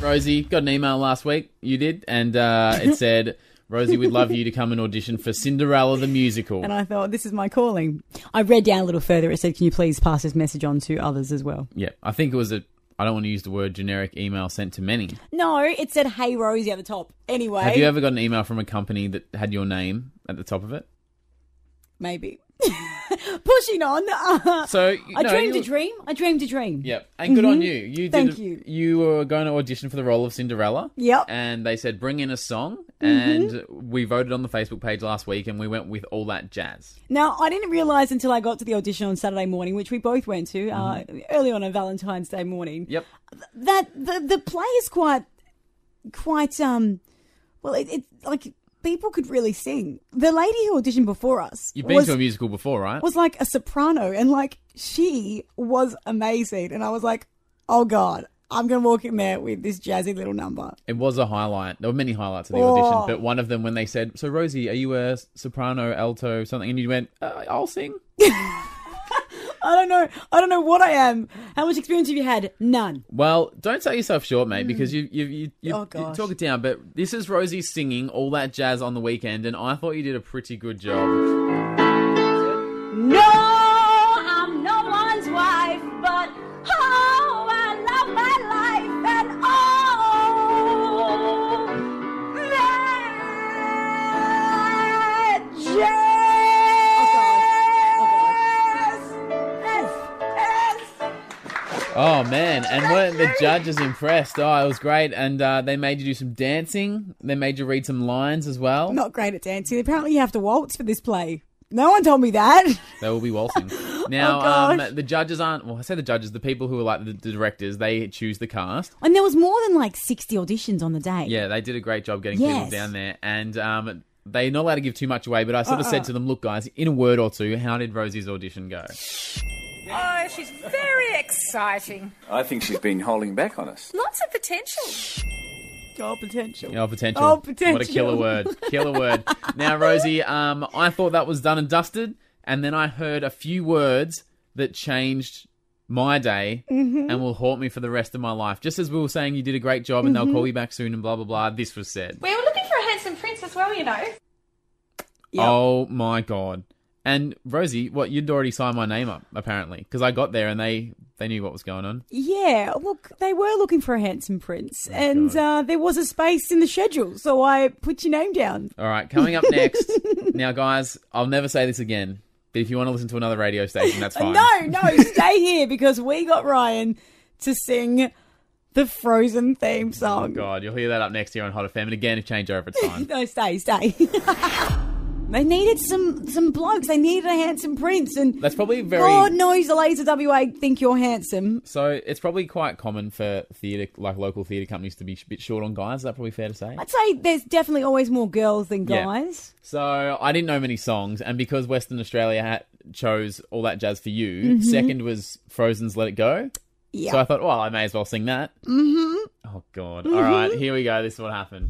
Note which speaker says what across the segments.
Speaker 1: Rosie got an email last week. You did, and uh, it said, "Rosie, we'd love you to come and audition for Cinderella the musical."
Speaker 2: And I thought, this is my calling. I read down a little further. It said, can you please pass this message on to others as well?
Speaker 1: yeah, I think it was a. I don't want to use the word generic email sent to many.
Speaker 2: No, it said, hey, Rosie at the top. Anyway,
Speaker 1: Have you ever got an email from a company that had your name at the top of it?
Speaker 2: maybe. Pushing on.
Speaker 1: So
Speaker 2: I
Speaker 1: no,
Speaker 2: dreamed
Speaker 1: you-
Speaker 2: a dream. I dreamed a dream.
Speaker 1: Yep, and good on you. You did.
Speaker 2: Thank you.
Speaker 1: You were going to audition for the role of Cinderella.
Speaker 2: Yep. Mm-hmm.
Speaker 1: And they said bring in a song, and we voted on the Facebook page last week, and we went with all that jazz.
Speaker 2: Now, I didn't realise until I got to the audition on Saturday morning, which we both went to uh,
Speaker 1: Mm-hmm.
Speaker 2: early on a Valentine's Day morning.
Speaker 1: Yep.
Speaker 2: that the the play is quite quite um well it, it like people could really sing the lady who auditioned before us
Speaker 1: You've been
Speaker 2: was,
Speaker 1: to a musical before, right?
Speaker 2: was like a soprano and like she was amazing and i was like oh god i'm gonna walk in there with this jazzy little number
Speaker 1: It was a highlight. There were many highlights of the
Speaker 2: Oh.
Speaker 1: audition, but one of them when they said, "So Rosie, are you a soprano, alto, something?" and you went, uh, "I'll sing."
Speaker 2: i don't know i don't know what i am how much experience have you had none
Speaker 1: Well, don't sell yourself short, mate, because you you you, you,
Speaker 2: Hmm. Oh,
Speaker 1: you
Speaker 2: gosh.
Speaker 1: talk it down. But this is Rosie singing all that jazz on the weekend, and I thought you did a pretty good job.
Speaker 2: No, I'm no one's wife, but oh, I love my life, and oh,
Speaker 3: Oh,
Speaker 2: that
Speaker 1: Oh man, and weren't the judges impressed? Oh, it was great, and uh, they made you do some dancing. They made you read some lines as well.
Speaker 2: Not great at dancing. Apparently, you have to waltz for this play. No one told me that.
Speaker 1: They will be waltzing. Now,
Speaker 2: Oh, gosh.
Speaker 1: um, the judges aren't. Well, I say the judges, the people who are like the the directors, they choose the cast.
Speaker 2: And there was more than like 60 auditions on the day.
Speaker 1: Yeah, they did a great job getting people
Speaker 2: Yes.
Speaker 1: down there, and um, they're not allowed to give too much away. But I sort of said to them, "Look, guys, in a word or two, how did Rosie's audition go?"
Speaker 3: Oh, she's very exciting.
Speaker 4: I think she's been holding back on us.
Speaker 3: Lots of potential.
Speaker 2: Oh, potential.
Speaker 1: Oh, potential!
Speaker 2: Oh, potential.
Speaker 1: What a killer word! Killer word. now, Rosie, um, I thought that was done and dusted, and then I heard a few words that changed my day
Speaker 2: Mm-hmm.
Speaker 1: and will haunt me for the rest of my life. Just as we were saying, you did a great job, and
Speaker 2: Mm-hmm.
Speaker 1: they'll call you back soon, and blah blah blah. This was said.
Speaker 3: We were looking for a handsome prince as well, you know.
Speaker 1: Oh my god! And Rosie, what you'd already signed my name up apparently because I got there and they they knew what was going on.
Speaker 2: Yeah, look, they were looking for a handsome
Speaker 1: Oh,
Speaker 2: prince, and uh, there was a space in the schedule, so I put your name down.
Speaker 1: All right, coming up next. now, guys, I'll never say this again. But if you want to listen to another radio station, that's fine.
Speaker 2: Uh, No, no, stay here because we got Ryan to sing the Frozen theme song.
Speaker 1: Oh God, you'll hear that up next here on Hot FM, and again, a changeover at time.
Speaker 2: No, stay, stay. they needed some some blokes. They needed a handsome prince, and
Speaker 1: That's probably very.
Speaker 2: God knows the ladies of WA think you're handsome.
Speaker 1: So it's probably quite common for theatre, like local theatre companies, to be a bit short on guys. Is that probably fair to say?
Speaker 2: I'd say there's definitely always more girls than
Speaker 1: Yeah.
Speaker 2: guys.
Speaker 1: So I didn't know many songs, and because Western Australia ha chose all that jazz for you,
Speaker 2: Mm-hmm.
Speaker 1: second was Frozen's "Let It Go."
Speaker 2: Yeah.
Speaker 1: So I thought, well, I may as well sing that. Mm-hmm. Oh God! All right,
Speaker 4: Mm-hmm.
Speaker 1: here we go. This is what happened.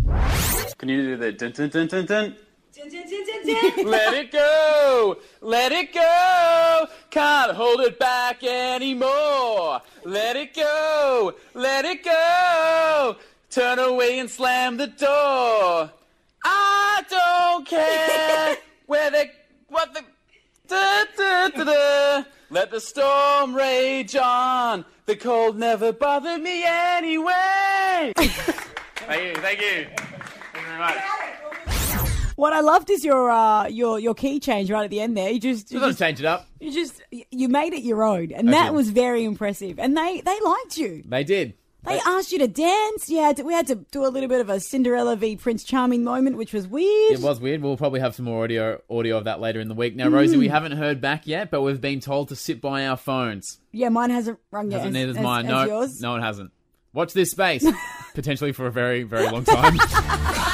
Speaker 4: Can you do the dun dun dun dun dun?
Speaker 1: Let it go! Let it go! Can't hold it back anymore! Let it go! Let it go! Turn away and slam the door! I don't care where the. what the. Da, da, da, da. Let the storm rage on! The cold never bothered me anyway! thank you, thank you. Thank you very much.
Speaker 2: What I loved is your uh, your your key change right at the end there. You just you
Speaker 1: We're gonna
Speaker 2: just,
Speaker 1: change it up.
Speaker 2: you just you made it your own, and that
Speaker 1: did.
Speaker 2: was very impressive. And they they liked you.
Speaker 1: They did.
Speaker 2: They asked you to dance. Yeah, we had to do a little bit of a Cinderella v Prince Charming moment, which was weird.
Speaker 1: It was weird. We'll probably have some more audio audio of that later in the week. Now, Rosie,
Speaker 2: Hmm.
Speaker 1: we haven't heard back yet, but we've been told to sit by our phones.
Speaker 2: Yeah, mine hasn't rung yet.
Speaker 1: Hasn't
Speaker 2: as-
Speaker 1: neither's
Speaker 2: as-
Speaker 1: mine.
Speaker 2: as
Speaker 1: no,
Speaker 2: yours.
Speaker 1: no, it hasn't. Watch this space. Potentially for a very, very long time.